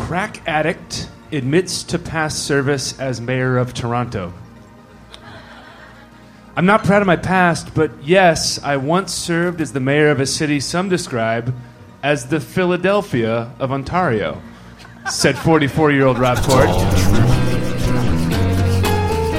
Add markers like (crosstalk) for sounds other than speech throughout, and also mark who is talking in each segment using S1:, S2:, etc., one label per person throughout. S1: Crack addict admits to past service as mayor of Toronto. I'm not proud of my past, but yes, I once served as the mayor of a city some describe as the Philadelphia of Ontario, said 44 year old Rob Ford.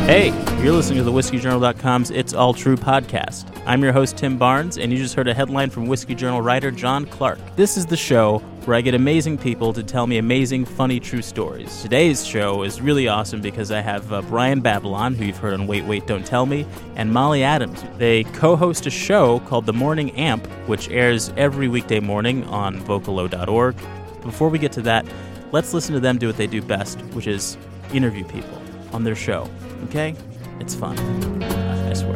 S2: Hey, you're listening to the WhiskeyJournal.com's It's All True podcast. I'm your host, Tim Barnes, and you just heard a headline from Whiskey Journal writer John Clark. This is the show where I get amazing people to tell me amazing, funny, true stories. Today's show is really awesome because I have uh, Brian Babylon, who you've heard on Wait, Wait, Don't Tell Me, and Molly Adams. They co host a show called The Morning Amp, which airs every weekday morning on vocalo.org. Before we get to that, let's listen to them do what they do best, which is interview people on their show. Okay? It's fun. I swear.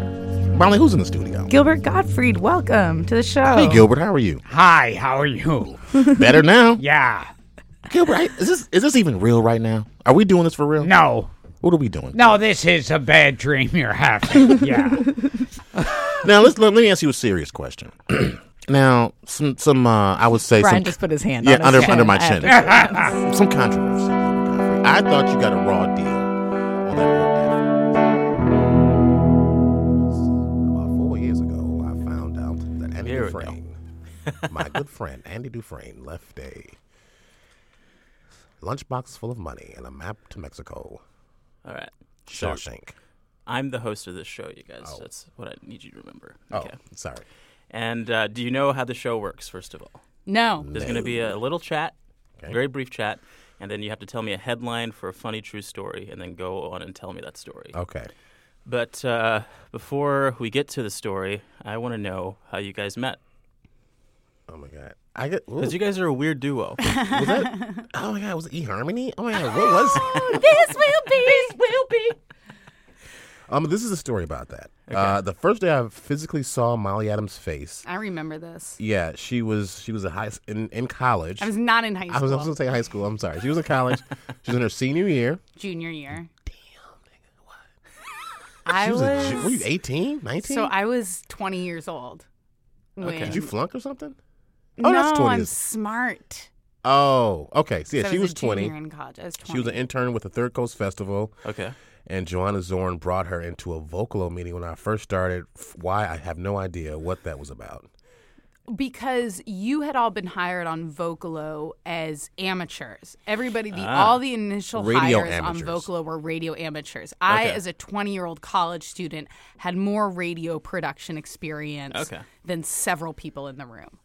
S3: Barnley, who's in the studio?
S4: Gilbert Gottfried, welcome to the show.
S3: Hey, Gilbert, how are you?
S5: Hi, how are you?
S3: Better now.
S5: Yeah.
S3: Gilbert, I- is this is this even real right now? Are we doing this for real?
S5: No.
S3: What are we doing?
S5: No, this is a bad dream you're having. Yeah.
S3: Now let's let, let me ask you a serious question. (clears throat) now, some some uh, I would say
S4: Brian
S3: some
S4: just put his hand
S3: yeah
S4: on his
S3: under
S4: chin.
S3: under my
S4: I
S3: chin.
S4: have
S3: some controversy. Gilbert Gottfried. I thought you got a raw deal on that old effort. About four years ago, I found out that Andy
S2: Here we
S3: Dufresne, my good friend Andy Dufresne, left a lunchbox full of money and a map to Mexico,
S2: All right.
S3: Shawshank.
S2: I'm the host of this show, you guys. That's what I need you to remember. Okay.
S3: Oh, sorry.
S2: And uh, do you know how the show works, first of all?
S4: No. (laughs)
S2: There's going to be a little chat, very brief chat, and then you have to tell me a headline for a funny true story, and then go on and tell me that story.
S3: Okay.
S2: But uh, before we get to the story, I want to know how you guys met.
S3: Oh my god. I get. ooh,
S2: Because you guys are a weird duo.
S3: was that? Oh my god. Was it eHarmony? Oh my god. What
S6: (laughs)
S3: was?
S4: this will be. This will be.
S3: Um, this is a story about that. Uh, the first day I physically saw Molly Adams' face.
S6: I remember this.
S3: Yeah, she was she was a high s- in in college.
S6: I was not in high school.
S3: I was, I was gonna say high school. I'm sorry. She was in
S6: (laughs)
S3: college. she was in her senior year.
S6: junior year.
S3: She
S6: I
S3: was.
S6: was.
S3: a, ju- were you 18, 19?
S6: so I was 20 years old. When,
S3: Did you flunk or something? Oh,
S6: no,
S3: that's 20
S6: I'm
S3: years.
S6: smart.
S3: Oh, okay. So yeah,
S6: So I
S3: she was
S6: a
S3: 20.
S6: Junior in college. I was 20.
S3: She was an intern with the Third Coast Festival.
S2: okay.
S3: and Joanna Zorn brought her into a Vocalo meeting when I first started. F- Why I have no idea what that was about.
S6: because you had all been hired on Vocalo as amateurs. Everybody, the
S2: Ah.
S6: all the initial
S3: Radio
S6: hires
S3: amateurs.
S6: on Vocalo were radio amateurs. I,
S2: Okay.
S6: as a 20 year old college student, had more radio production experience
S2: Okay.
S6: than several people in the room.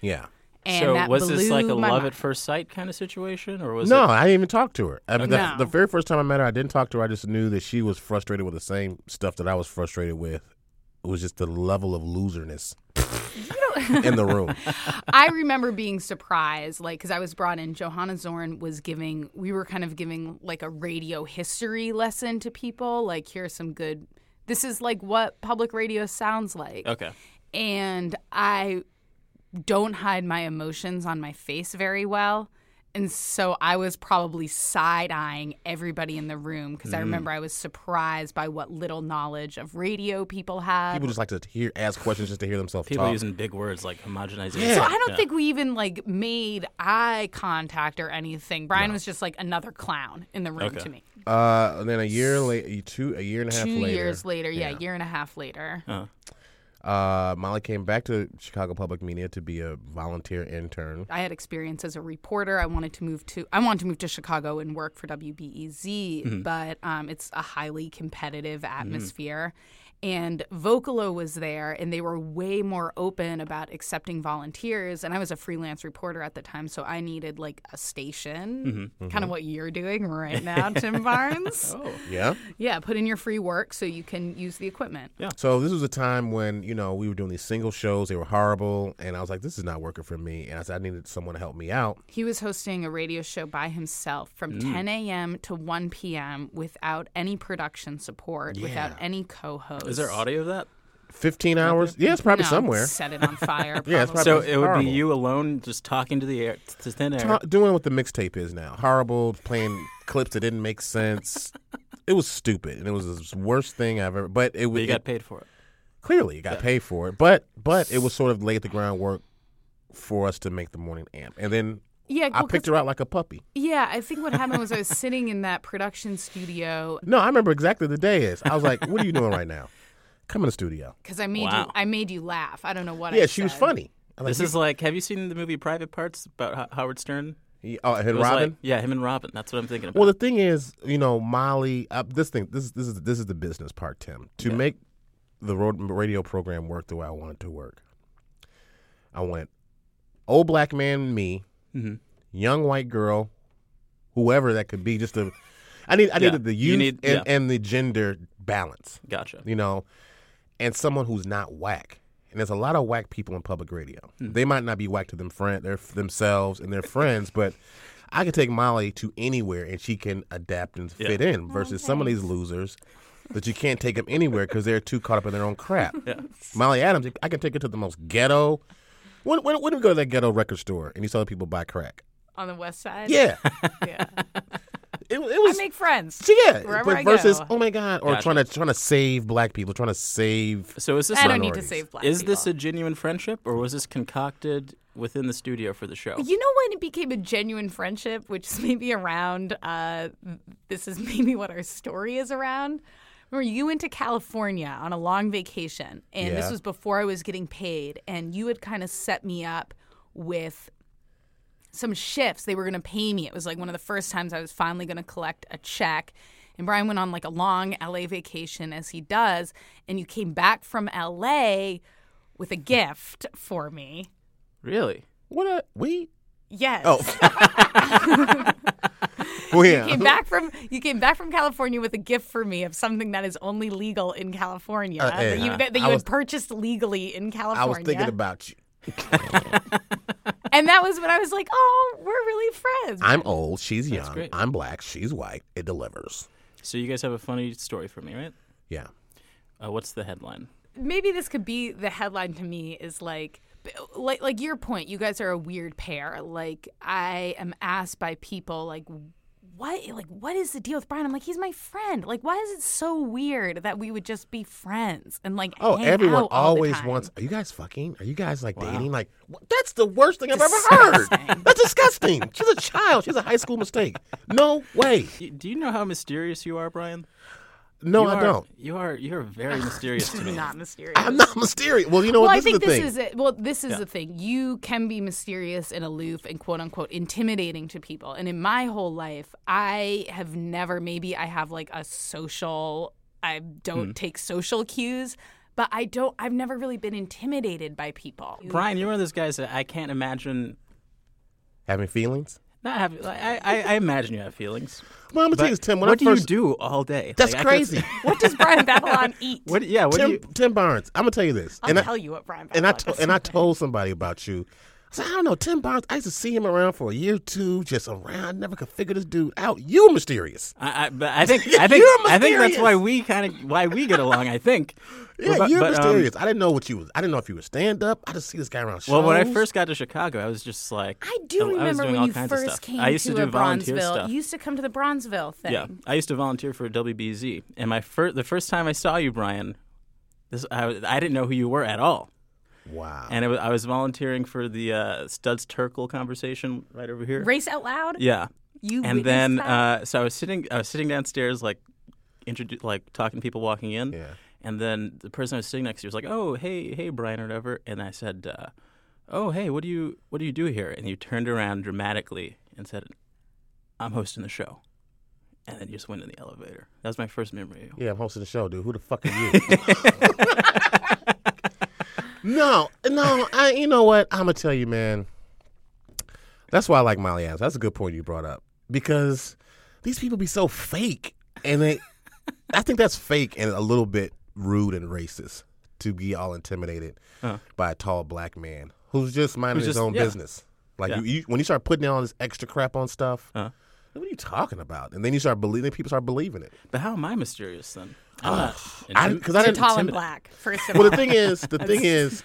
S3: Yeah.
S6: (laughs) And
S2: so
S6: that
S2: was this like a
S6: blew my
S2: love
S6: mind.
S2: at first sight kind of situation, or was
S3: no,
S2: it?
S3: I didn't even talk to her. I mean, the,
S6: Okay. No.
S3: the very first time I met her, I didn't talk to her. I just knew that she was frustrated with the same stuff that I was frustrated with. It was just the level
S2: (laughs)
S3: of loserness in the room.
S6: I remember being surprised, like, because I was brought in. Johanna Zorn was giving, we were kind of giving like a radio history lesson to people. Like, here's some good, this is like what public radio sounds like.
S2: Okay.
S6: And I don't hide my emotions on my face very well. And so I was probably side eyeing everybody in the room because I remember I was surprised by what little knowledge of radio people had.
S3: People just like to hear ask questions just to hear themselves
S2: People
S3: talk.
S2: using big words like homogenization.
S3: Yeah.
S6: So I don't think we even like made eye contact or anything. Brian was just like another clown in the room
S2: Okay.
S6: to me.
S3: uh, and then a year later, two, a year and a half
S6: Two
S3: later,
S6: years later, yeah, year and a half later.
S3: uh, Molly came back to Chicago Public Media to be a volunteer intern.
S6: I had experience as a reporter. I wanted to move to I wanted to move to Chicago and work for WBEZ, but um, it's a highly competitive atmosphere. And Vocalo was there, and they were way more open about accepting volunteers. And I was a freelance reporter at the time, so I needed like a station, kind
S3: Mm-hmm.
S6: of what you're doing right now, Tim Barnes.
S3: Yeah.
S6: Yeah, put in your free work so you can use the equipment.
S3: So this was a time when you know we were doing these single shows. They were horrible, and I was like, "This is not working for me." And I said, "I needed someone to help me out."
S6: He was hosting a radio show by himself from
S2: Mm.
S6: 10 a.m. to 1 p.m. without any production support, without any co-host.
S2: Is there audio of that?
S3: Fifteen hours? Yeah, it's probably
S6: No,
S3: somewhere.
S6: Set
S3: (laughs)
S6: it on fire.
S3: Yeah, it's
S6: probably.
S2: So
S3: probably
S2: it would be
S3: horrible.
S2: you alone just talking to the air, to thin air.
S3: Ho- Doing what the mixtape is now. Horrible, playing (laughs) clips that didn't make sense. It was stupid, and it was the worst thing I've ever. But it
S2: but
S3: was
S2: you got paid for it.
S3: clearly you got paid for it. But but it was sort of laid the groundwork for us to make the morning amp, and then
S6: Yeah,
S3: I
S6: well, 'cause-
S3: picked her out like a puppy.
S6: yeah. I think what happened was I was sitting in that production studio
S3: No, I remember exactly the day is. I was like, "What are you doing right
S2: (laughs)
S3: now? Come in the studio."
S6: because I made
S2: Wow.
S6: you. I made you laugh. I don't know what. I
S3: Yeah, she was
S6: said.
S3: funny. I was
S2: This
S3: like,
S2: is like, have you seen the movie Private Parts about Ho- Howard Stern?
S3: "You- oh, and
S2: It was
S3: Robin.
S2: like- yeah, him and Robin. That's what I'm thinking about.
S3: Well, the thing is, you know, Molly. Uh, this thing, this is this is this is the business part, Tim. To make the road radio program work the way I want it to work, I went old black man, me,
S2: Mm-hmm.
S3: young white girl, whoever that could be. Just a, I need I
S2: Yeah.
S3: needed the
S2: You
S3: youth
S2: need-
S3: and,
S2: yeah.
S3: and the gender balance,
S2: gotcha.
S3: you know, and someone who's not whack. And there's a lot of whack people in public radio. They might not be whack to them friend, their themselves and their friends, but I can take Molly to anywhere and she can adapt and fit
S6: Oh,
S3: in. Versus some of these losers that you can't take them anywhere because they're too caught up in their own crap. Molly Adams, I can take her to the most ghetto. When, when, when did we go to that ghetto record store and you saw the people buy crack?
S6: on the west side.
S3: Yeah,
S6: yeah.
S3: it, it
S4: I
S3: was.
S4: make
S3: (laughs)
S4: friends.
S3: so yeah,
S6: wherever
S3: but
S6: I
S3: versus
S6: go.
S3: oh my god, or
S2: Gotcha.
S3: trying to trying to save black people, trying to save
S2: So is this
S6: I
S2: a-
S6: don't need to
S3: Minorities.
S6: save black.
S2: is this
S6: people.
S2: a genuine friendship or was this concocted within the studio for the show?
S6: You know when it became a genuine friendship, which is maybe around. Uh, this is (laughs) maybe what our story is around. Remember, you went to California on a long vacation, and
S3: Yeah.
S6: this was before I was getting paid, and you had kind of set me up with some shifts. They were going to pay me. It was like one of the first times I was finally going to collect a check. And Brian went on like a long LA vacation as he does, and you came back from LA with a gift for me.
S2: Really?
S3: What a we?
S6: Yes.
S3: Oh. well, yeah.
S6: came back from you came back from California with a gift for me of something that is only legal in California
S3: Uh, hey,
S6: that you, that, that
S3: I
S6: you had
S3: was-
S6: purchased legally in California.
S3: I was thinking about you.
S6: and that was when I was like, "Oh, we're really friends."
S3: I'm old. She's young.
S2: great.
S3: I'm black. She's white. It delivers.
S2: So you guys have a funny story for me, right?
S3: Yeah.
S2: Uh, what's the headline?
S6: Maybe this could be the headline to me is like. Like like your point, you guys are a weird pair. Like I am asked by people, like what like what is the deal with Brian? I'm like he's my friend. Like why is it so weird that we would just be friends and like
S3: Oh,
S6: hang
S3: everyone
S6: out all the
S3: always
S6: time?
S3: wants. Are you guys fucking? Are you guys like dating? Like wh- that's the worst thing I've ever
S6: Disgusting.
S3: heard. That's disgusting. She's a child. She's a high school mistake. No way.
S2: Do you, do you know how mysterious you are, Brian?
S3: No,
S2: you
S3: I
S2: are,
S3: don't.
S2: You are you are very mysterious (laughs) to me.
S6: not mysterious.
S3: I'm not mysterious. Well, you know
S6: Well,
S3: what?
S6: I
S3: this
S6: think
S3: is the
S6: this
S3: thing.
S6: is it. Well, this is the thing. You can be mysterious and aloof and quote unquote intimidating to people. And in my whole life, I have never. Maybe I have like a social. I
S3: Hmm.
S6: don't take social cues, but I don't. I've never really been intimidated by people.
S2: Brian, you're one of those guys that I can't imagine
S3: Having feelings.
S2: not having. Like, I, I I imagine you have feelings.
S3: Well, I'm gonna tell you,
S2: But
S3: this, Tim. When
S2: what
S3: I
S2: do
S3: first,
S2: you do all day?
S3: That's
S2: Like, I could-
S3: (laughs) crazy.
S6: What does
S3: (laughs)
S6: Brian Babylon eat?
S2: (laughs) What? Yeah. What
S3: Tim,
S2: do you?
S3: Tim Barnes. I'm gonna tell you this.
S6: I'll
S3: and I-
S6: tell you what Brian
S3: and I
S6: Babylon.
S3: to,
S6: does.
S3: and I told somebody about you. I said, I don't know, Tim Barnes. I used to see him around for a year or two, just around. I never could figure this dude out. You mysterious.
S2: I, I, but I
S3: (laughs)
S2: think I think
S3: You're
S2: I think that's why
S3: mysterious.
S2: we kind of why we get along. I think.
S3: Yeah,
S2: But-
S3: you're
S2: but, um,
S3: mysterious. I didn't know what you was. I didn't know if you were stand up. I just see this guy around. Shows.
S2: well, when I first got to Chicago, I was just like
S6: I do
S2: was
S6: remember
S2: doing
S6: when
S2: all
S6: you
S2: kinds of
S6: first
S2: stuff.
S6: came
S2: I used to, do
S6: a
S2: volunteer
S6: Bronzeville.
S2: stuff.
S6: You used to come to the Bronzeville thing.
S2: Yeah, I used to volunteer for WBZ, and my first the first time I saw you, Brian, this I, was- I didn't know who you were at all,
S3: wow,
S2: and it was, I was volunteering for the uh, Studs Terkel conversation right over here.
S6: Race out loud.
S2: Yeah,
S6: You
S2: and
S6: witnessed
S2: then
S6: that?
S2: uh, so I was sitting I was sitting downstairs like introdu- like talking to people walking in.
S3: Yeah.
S2: And then the person I was sitting next to was like, "Oh, hey, hey, Brian, or whatever." And I said, uh, "Oh, hey, what do you what do you do here?" And you turned around dramatically and said, "I'm hosting the show." And then you just went in the elevator. That was my first memory. of you.
S3: yeah, I'm hosting the show, dude. Who the fuck are you?
S2: (laughs)
S3: no, no. I, you know what? I'm gonna tell you, man. That's why I like Molly Adams. That's a good point you brought up because these people be so fake, and they, I think that's fake and a little bit rude and racist to be all intimidated by a tall black man who's just minding
S2: Who's
S3: his
S2: just-
S3: own
S2: yeah.
S3: business. Like
S2: Yeah.
S3: you, you, when you start putting all this extra crap on stuff, what are you talking about? And then you start believing. People start believing it.
S2: But how am I mysterious then? I'm not.
S3: (sighs) I
S2: intim-
S3: because I didn't.
S6: tall and black. First of all,
S3: Well, the thing is,
S2: (laughs)
S3: the thing is,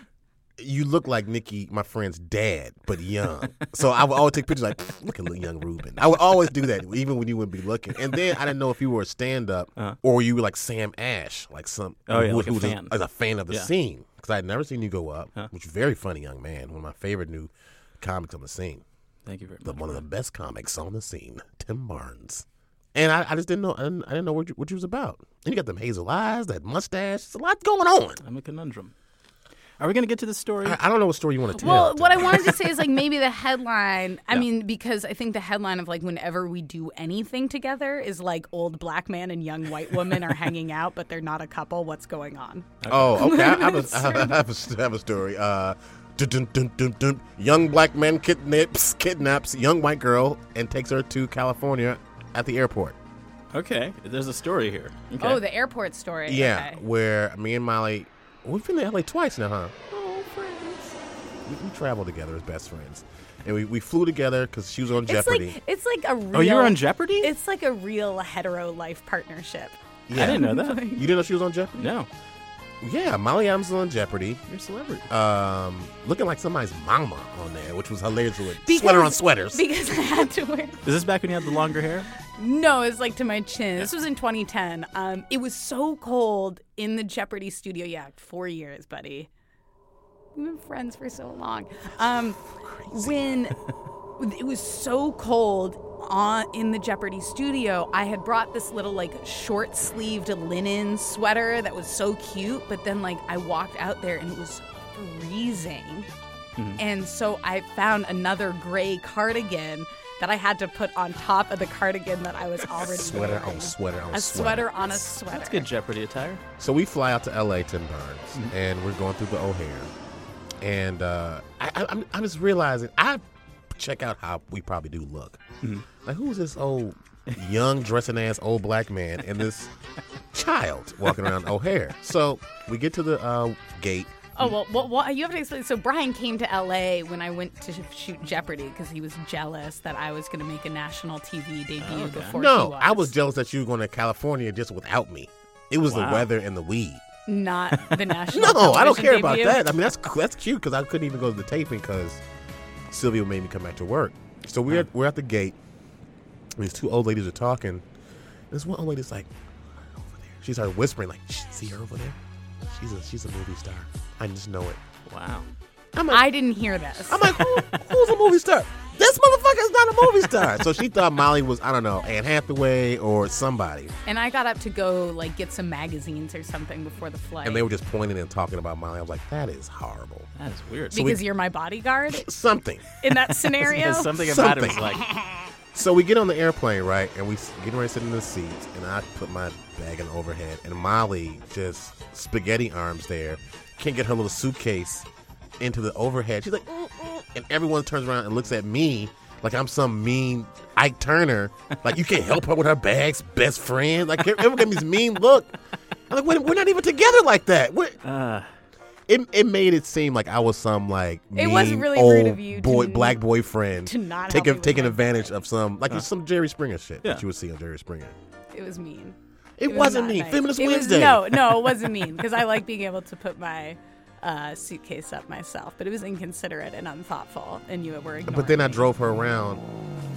S3: you look like Nikki, my friend's dad, but young. So I would always take pictures like, look at little young Ruben. I would always do that, even when you wouldn't be looking. And then I didn't know if you were a stand up or you were like Sam Ash, like some
S2: Uh-huh. Oh, yeah,
S3: who-
S2: like a
S3: who was
S2: fan.
S3: as a fan of the
S2: Yeah.
S3: scene. Because I had never seen you go up, which very funny young man, one of my favorite new comics on the scene.
S2: Thank you very
S3: the
S2: much.
S3: one of the best comics on the scene, Tim Barnes. And I, I just didn't know I didn't, I didn't know what you, what you was about. And you got them hazel eyes, that mustache. There's a lot going on.
S2: I'm a conundrum. Are we going to get to the story?
S3: I, I don't know what story you want to tell.
S6: Well, what I
S2: (laughs)
S6: wanted to say is like maybe the headline. I mean, because I think the headline of like whenever we do anything together is like old black man and young white woman
S2: (laughs)
S6: are hanging out, but they're not a couple. What's going on?
S3: Oh, (laughs) okay. I, I, have, a, I, have, a- I have a- I have a story. Uh, dun, dun, dun, dun, dun. Young black man kidnaps kidnaps young white girl and takes her to California at the airport.
S2: okay, there's a story here. Okay.
S6: Oh, the airport story.
S3: Yeah,
S6: Okay.
S3: where me and Molly, we've been to LA twice now, huh? Oh, friends. We, we travel together as best friends, and we, we flew together because she was on
S6: It's
S3: Jeopardy.
S6: like it's like a real.
S2: oh, you were on Jeopardy?
S6: It's like a real hetero life partnership.
S2: I didn't know that.
S6: (laughs)
S3: you didn't know she was on Jeopardy?
S2: no,
S3: Yeah, Molly Adams was on Jeopardy,
S2: you're a celebrity.
S3: um, looking like somebody's mama on there, which was hilarious. With sweater on sweaters.
S6: Because I had to wear.
S2: Is this back when you had the longer hair?
S6: No, it's like to my chin. This was in 2010. Um, it was so cold in the Jeopardy studio. Yeah, four years, buddy. We've been friends for so long. Um, when it was so cold on in the Jeopardy studio, I had brought this little like short sleeved linen sweater that was so cute. But then like I walked out there and it was freezing.
S3: Mm-hmm.
S6: And so I found another gray cardigan that I had to put on top of the cardigan that I was already
S3: sweater
S6: wearing.
S3: on sweater on
S6: a sweater on a sweater.
S2: That's good Jeopardy attire.
S3: So we fly out to LA, Tim Burns, and we're going through the O'Hare. And uh, I, I, I'm, I'm just realizing, I check out how we probably do look. Like, who's this old, young, dressing ass old black man and this child walking around O'Hare? So we get to the uh, gate.
S6: Oh well, well, well, you have to explain. So Brian came to LA when I went to shoot Jeopardy because he was jealous that I was going to make a national TV debut before. he
S3: No,
S6: was.
S3: I was jealous that you were going to California just without me. It was
S2: Wow.
S3: the weather and the weed. (laughs)
S6: not the national.
S3: No, I don't
S6: television
S3: care about
S6: debut.
S3: that. I mean, that's that's cute because I couldn't even go to the taping because Sylvia made me come back to work. So we're at, we're at the gate. and these two old ladies are talking. This one old lady's like, over there. She started whispering, like, "Shh, "See her over there? She's a she's a movie star. I just know it."
S2: Wow.
S3: I'm like,
S6: I (laughs) didn't hear this.
S3: I'm like, Who, who's a movie star? This motherfucker's not a movie star. so she thought Molly was, I don't know, Anne Hathaway or somebody.
S6: and I got up to go like get some magazines or something before the
S3: (laughs)
S6: flight.
S3: And they were just pointing and talking about Molly. I was like, that is horrible.
S2: That is weird.
S6: because you're my bodyguard
S3: Something. (laughs)
S6: in that scenario.
S2: There's something about it was
S3: Something.
S2: like,
S3: So we get on the airplane, right? And we s- getting ready to sit in the seats, and I put my bag in the overhead, and Molly just spaghetti arms there, can't get her little suitcase into the overhead. She's like, "Mm, mm," and everyone turns around and looks at me like I'm some mean Ike Turner. Like you can't help her with her bags, best friend. Like everyone gave me this mean look. I'm like, "Wait, we're not even together like that. We're- it, it made it seem like I was some like
S6: It
S3: mean
S6: was really
S3: old
S6: rude of you to
S3: boy
S6: n-
S3: black boyfriend
S6: to not help me
S3: taking
S6: with
S3: taking
S6: my
S3: advantage of some like some Jerry Springer shit
S2: Yeah.
S3: that you would see on Jerry Springer.
S6: it was mean.
S3: It,
S6: was
S3: wasn't
S6: not
S3: me.
S6: nice.
S3: Feminist
S6: It was-
S3: Wednesday.
S6: no, no,
S3: (laughs)
S6: it wasn't mean because I like being able to put my uh, suitcase up myself, but it was inconsiderate and unthoughtful, and you were ignoring.
S3: But then I
S6: me.
S3: drove her around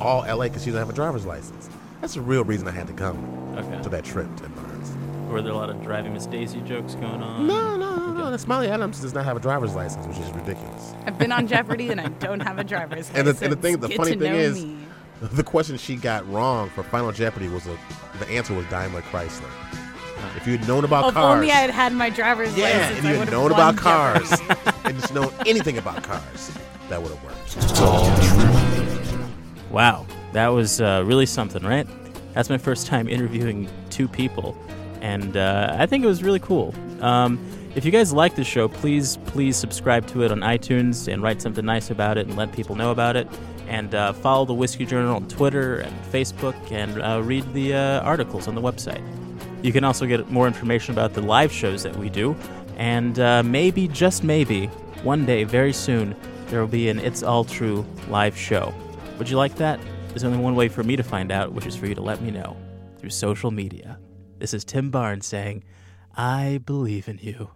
S3: all LA because she doesn't have a driver's license. That's the real reason I had to come to
S2: okay.
S3: that trip to Burns.
S2: Were there a lot of driving Miss Daisy jokes going on?
S3: No, no, no, no. That's Molly Adams does not have a driver's license, which is ridiculous.
S6: I've been on Jeopardy and I don't have a driver's license.
S3: And the- and the thing- the
S6: Get
S3: funny
S6: to
S3: thing
S6: know
S3: is-
S6: me.
S3: (laughs) The question she got wrong for Final Jeopardy was a, the answer was Daimler Chrysler. If you'd known about
S6: If
S3: cars,
S6: only I had had my driver's
S3: yeah,
S6: license.
S3: if
S6: I
S3: you had
S6: would've
S3: known
S6: won
S3: about
S6: Jeopardy.
S3: cars and just known anything about cars, that would have worked.
S2: Wow, that was uh, really something, right? That's my first time interviewing two people, and uh, I think it was really cool. Um, if you guys like the show, please, please subscribe to it on iTunes and write something nice about it and let people know about it. And uh, follow the Whiskey Journal on Twitter and Facebook and uh, read the uh, articles on the website. You can also get more information about the live shows that we do. And uh, maybe, just maybe, one day, very soon, there will be an It's All True live show. Would you like that? There's only one way for me to find out, which is for you to let me know through social media. This is Tim Barnes saying, I believe in you.